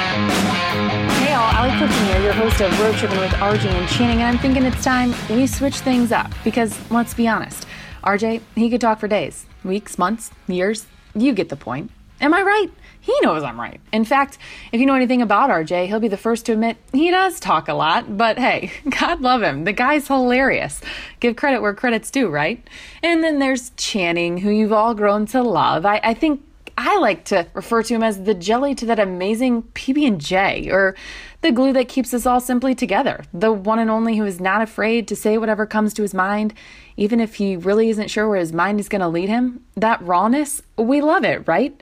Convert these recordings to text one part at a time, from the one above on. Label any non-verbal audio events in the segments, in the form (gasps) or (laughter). Hey all, Ali Clifton here, your host of Road Tripping with RJ and Channing, and I'm thinking it's time we switch things up because let's be honest, RJ, he could talk for days, weeks, months, years. You get the point. Am I right? He knows I'm right. In fact, if you know anything about RJ, he'll be the first to admit he does talk a lot, but hey, (laughs) God love him. The guy's hilarious. Give credit where credit's due, right? And then there's Channing, who you've all grown to love. I, I think I like to refer to him as the jelly to that amazing PB&J or the glue that keeps us all simply together. The one and only who is not afraid to say whatever comes to his mind even if he really isn't sure where his mind is going to lead him. That rawness, we love it, right?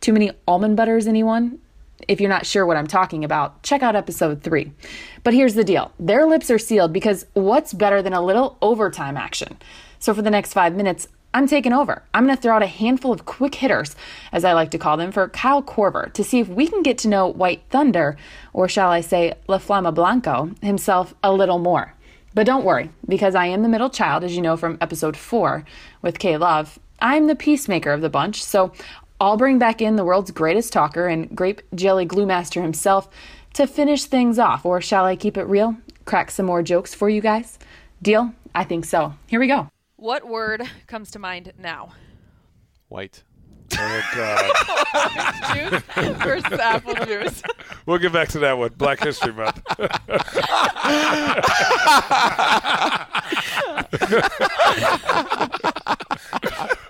Too many almond butters anyone? If you're not sure what I'm talking about, check out episode three. But here's the deal their lips are sealed because what's better than a little overtime action? So for the next five minutes, I'm taking over. I'm going to throw out a handful of quick hitters, as I like to call them, for Kyle Korver to see if we can get to know White Thunder, or shall I say La Flama Blanco, himself a little more. But don't worry, because I am the middle child, as you know from episode four with K Love. I'm the peacemaker of the bunch, so I'll bring back in the world's greatest talker and grape jelly glue master himself to finish things off. Or shall I keep it real? Crack some more jokes for you guys? Deal? I think so. Here we go. What word comes to mind (laughs) now? White. Oh God! Juice versus apple juice. (laughs) we'll get back to that one. Black History (laughs) Month.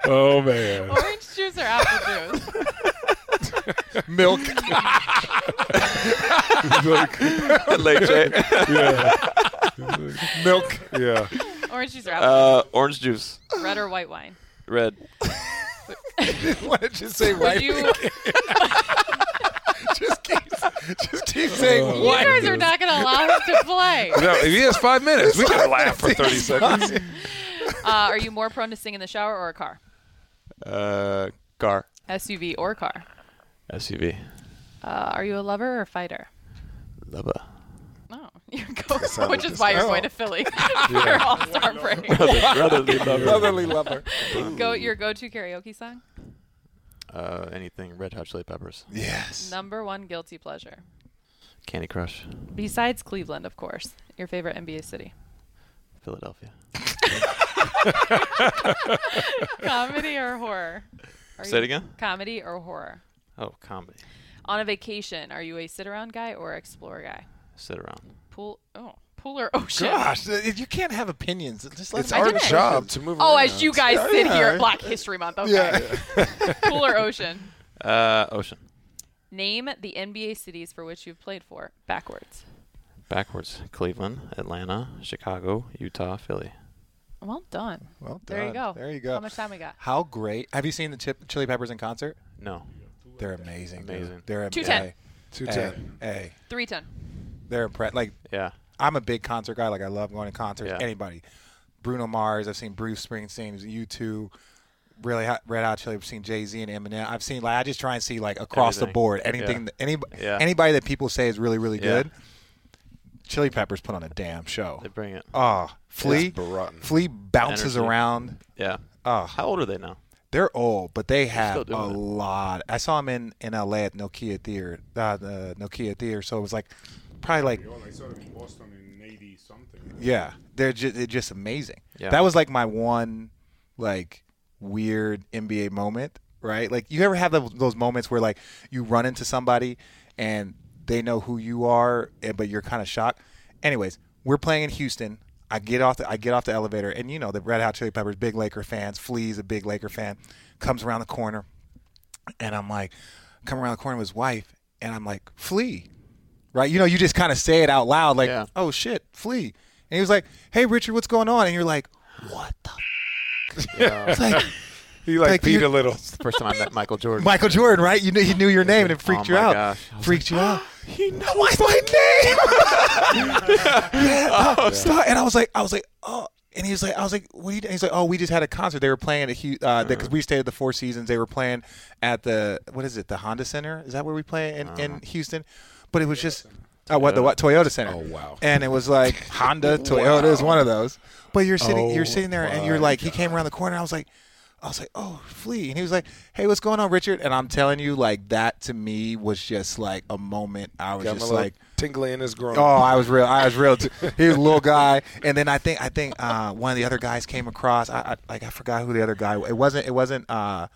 oh man! Orange juice or apple (laughs) juice? Milk. yeah. Milk. Yeah. Orange juice or apple Uh, orange juice. juice? Red or white (laughs) wine? Red. Why did you say Would white? you, (laughs) you just keep, just keep saying white. guys are not going to allow us to (laughs) play. Uh, Uh, No, if he has five minutes, we can laugh for thirty seconds. Uh, are you more prone to sing in the shower or a car? Uh, car. SUV or car? SUV. Uh, are you a lover or a fighter? Lover. No, Oh, (laughs) you're going, which is why you're going to (laughs) Philly for All Star (laughs) break. Brotherly lover. (laughs) Brotherly lover. Go your go-to karaoke song. Uh, anything. Red Hot Chili Peppers. Yes. Number one guilty pleasure, Candy Crush. besides Cleveland, of course. Your favorite NBA city. Philadelphia. Comedy or horror? Are Say it you- again. Comedy or horror? Oh, comedy. On a vacation, are you a sit around guy or explorer guy? Sit around. Pool. Oh, pool or ocean? Gosh, th- you can't have opinions. Just let It's us- our didn't. job to move. Oh, around. as you guys sit here at Black History Month. Okay. (laughs) pool or ocean? Uh, ocean. Name the NBA cities for which you've played for backwards. Backwards. Cleveland, Atlanta, Chicago, Utah, Philly. Well done. Well There you done. go. There you go. How much time we got? How great! Have you seen the Chip, Chili Peppers in concert? No. They're amazing. dude. Amazing. They're am- 210. hey, Two Hey, ten. hey, Three ten. they're impre- Like Yeah. I'm a big concert guy. Like I love going to concerts. Yeah. Anybody, Bruno Mars. I've seen Bruce Springsteen. You two, really hot, Red Hot Chili. I've seen Jay Z and Eminem. I've seen like I just try and see like across the Everything. board anything. Yeah. that- Any Yeah. anybody that people say is really really Yeah. good. Chili Peppers put on a damn show. They bring it. Oh, Flea. It's rotten. Flea bounces Energy. around. Yeah. Oh. How old are they now? They're old, but they have still a doing it. lot. I saw him in, in LA at Nokia Theater, uh, the Nokia Theater. So it was like probably like I saw them in Boston in eighty something. yeah, they're just they're just amazing. Yeah. That was like my one like weird NBA moment, right? Like you ever have those, those moments where like you run into somebody and they know who you are, eh, but you're kind of shocked. Anyways, we're playing in Houston. I get off the I get off the elevator, and you know the Red Hot Chili Peppers, big Laker fans. Flea's a big Laker fan. Comes around the corner, and I'm like, come around the corner with his wife, and I'm like, Flea, right? You know, you just kind of say it out loud, like, Yeah. oh shit, Flea. And he was like, hey, Richard, what's going on? And you're like, what (laughs) the? F-? It's like He like, Like, peed you- a (laughs) little. It's the first time I met (laughs) Michael Jordan. Michael Jordan, right? You knew he knew your name, and it freaked Oh you my out. gosh. I was (gasps) Freaked you out. He knows my name. yeah, oh, (laughs) stop. And I was like, I was like, oh. And he was like, I was like, what are you doing? He's like, oh, we just had a concert. They were playing at because uh, because Uh-huh. we stayed at the Four Seasons. They were playing Uh-huh. at the what is it? The Honda Center? Is that where we play in, in Houston? But it was just Oh, what the what Toyota Center? Oh, wow. And it was (laughs) like Honda, Toyota is one of those. But you're sitting, Oh, you're sitting there, and you're my like, he came around the corner. I was like, I was like, oh, Flea, and he was like, hey, what's going on, Richard? And I'm telling you, like that to me was just like a moment. I was Got my just little like, tingly in his groin. Oh, I was real. I was real. Too. He was a little guy, and then I think I think uh, one of the other guys came across. I, I like I forgot who the other guy. It wasn't. It wasn't. Uh,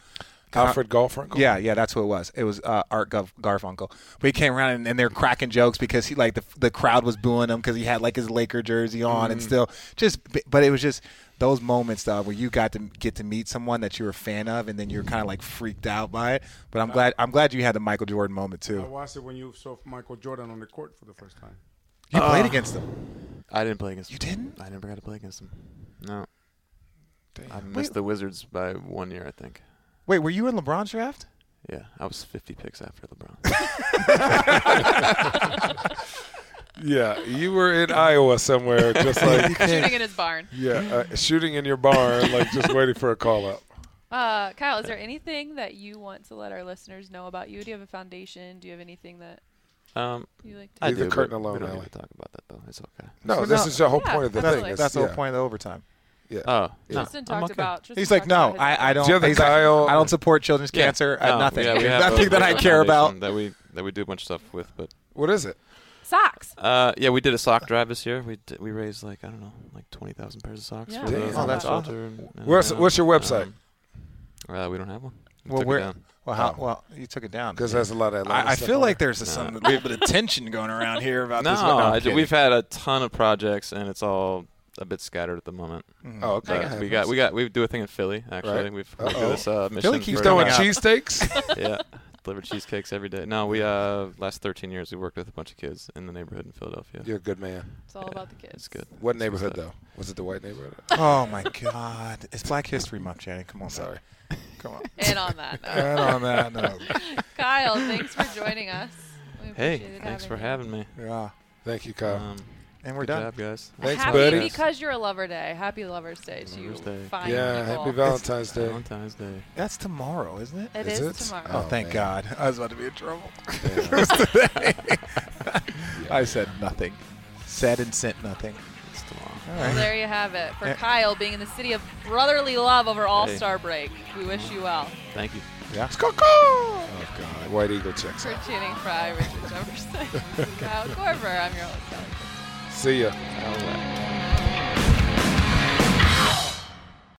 Alfred Garfunkel. yeah, yeah, that's who it was. It was uh, Art Garf- Garfunkel. But he came around and, and they're cracking jokes because he like the the crowd was booing him because he had like his Laker jersey on and still just. But it was just those moments though where you got to get to meet someone that you were a fan of and then you're kind of like freaked out by it. But I'm glad I'm glad you had the Michael Jordan moment How too. was it when you saw Michael Jordan on the court for the first time? You played against them. I didn't play against You them. didn't? I never got to play against them. No. I missed the Wizards by one year, I think. Wait, were you in LeBron's draft? Yeah, I was 50 picks after LeBron. Yeah, you were in Iowa somewhere, (laughs) just like Shooting in his (laughs) barn. yeah, uh, shooting in your barn, like just waiting for a call up. Uh, Kyle, is there anything that you want to let our listeners know about you? Do you have a foundation? Do you have anything that um, you like to I Leave the do, curtain but alone, We don't need Ellie. to talk about that though. It's okay. No, this is the whole Yeah, point of the absolutely. thing. is- That's the yeah. whole point of the overtime. Yeah. Oh, no, Tristan I'm talked okay. about. Tristan He's like, talked no, about his I, I don't. Do you have the he's like, Kyle- I don't support children's Yeah, cancer. I no, nothing. (laughs) yeah, we have nothing a- that we I have a care about. foundation That we that we do a bunch of stuff with, but What is it? socks. Uh, yeah, we did a sock drive this year. We d- we raised like I don't know, like twenty thousand pairs of socks. Yeah. for Damn. those Oh, in that's the awesome. shelter and- and What's around. what's your website? Um, uh, we don't have one. We Well, took it we're down. well, how, well, you took it down. Because that's a lot of. Atlanta I, I stuff feel on like there. there's some little bit of tension going around here about No, Uh, this. one. I'm I ju- kidding. we've had a ton of projects, and it's all a bit scattered at the moment. Oh, okay. But we (laughs) got we got we do a thing in Philly actually. Right. We've we do Uh-oh. this uh, mission. keeps for- throwing Yeah. cheesesteaks. yeah, deliver cheesecakes every day. No, we uh last thirteen years we worked with a bunch of kids in the neighborhood in Philadelphia. (laughs) You're a good man. It's all about the kids. It's good. What neighborhood though? Was it the white neighborhood? oh my God! It's Black History Month, Janet. Come on, Sorry. Come (laughs) on. And on that note, And on that note, (laughs) Kyle, thanks for joining us. We Hey, appreciated thanks for you. having me. yeah, Thank you, Kyle. Um, and we're good done. job, guys. Thanks, happy buddy. because you're a lover day. Happy Lover's Day to you. Lover's Day. Uh, Fine yeah, happy people. Valentine's Day. Valentine's Day. That's tomorrow, isn't it? It Is is, it? tomorrow. Oh, Oh, thank man. God! I was about to be in trouble. (laughs) Yeah. I said nothing. (laughs) Said and sent nothing. It's tomorrow. All Well, right. there you have it for Yeah. Kyle being in the city of brotherly love over All Star break. We wish you well. Thank you. Yeah. Oh God. White Eagle checks. For out. Channing Fry, Richard Jefferson, Kyle Corver. I'm your host. Alex. See ya. All right.